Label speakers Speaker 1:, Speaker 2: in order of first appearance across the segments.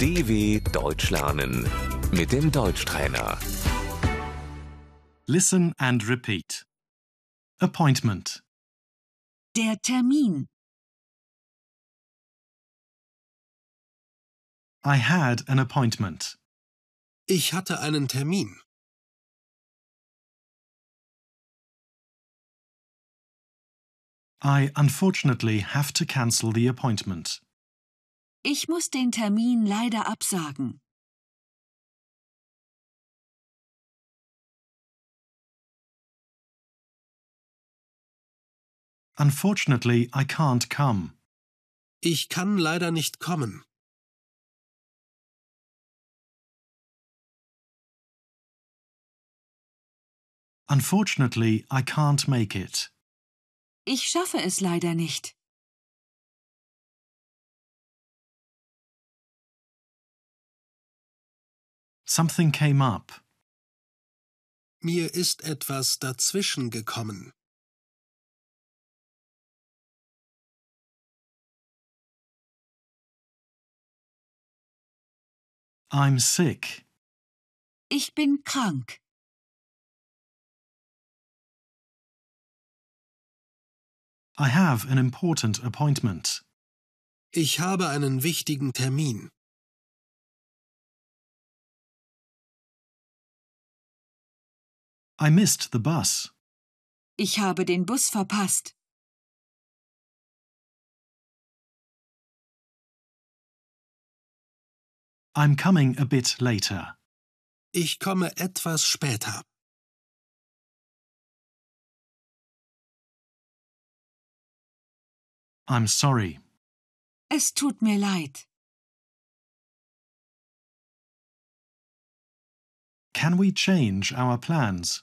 Speaker 1: DW Deutsch lernen mit dem Deutschtrainer.
Speaker 2: Listen and repeat. Appointment.
Speaker 3: Der Termin.
Speaker 2: I had an appointment.
Speaker 4: Ich hatte einen Termin.
Speaker 2: I unfortunately have to cancel the appointment.
Speaker 3: Ich muss den Termin leider absagen.
Speaker 2: Unfortunately, I can't come.
Speaker 4: Ich kann leider nicht kommen.
Speaker 2: Unfortunately, I can't make it.
Speaker 3: Ich schaffe es leider nicht.
Speaker 2: Something came up.
Speaker 4: Mir ist etwas dazwischen gekommen.
Speaker 2: I'm sick.
Speaker 3: Ich bin krank.
Speaker 2: I have an important appointment.
Speaker 4: Ich habe einen wichtigen Termin.
Speaker 2: I missed the bus.
Speaker 3: Ich habe den Bus verpasst.
Speaker 2: I'm coming a bit later.
Speaker 4: Ich komme etwas später.
Speaker 2: I'm sorry.
Speaker 3: Es tut mir leid.
Speaker 2: Can we change our plans?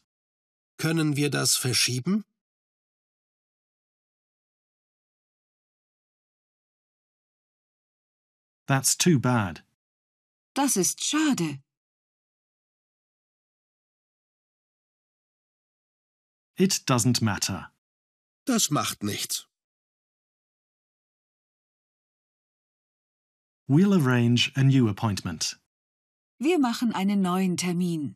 Speaker 4: Können wir das verschieben?
Speaker 2: That's too bad.
Speaker 3: Das ist schade.
Speaker 2: It doesn't matter.
Speaker 4: Das macht nichts.
Speaker 2: We'll arrange a new appointment.
Speaker 3: Wir machen einen neuen Termin.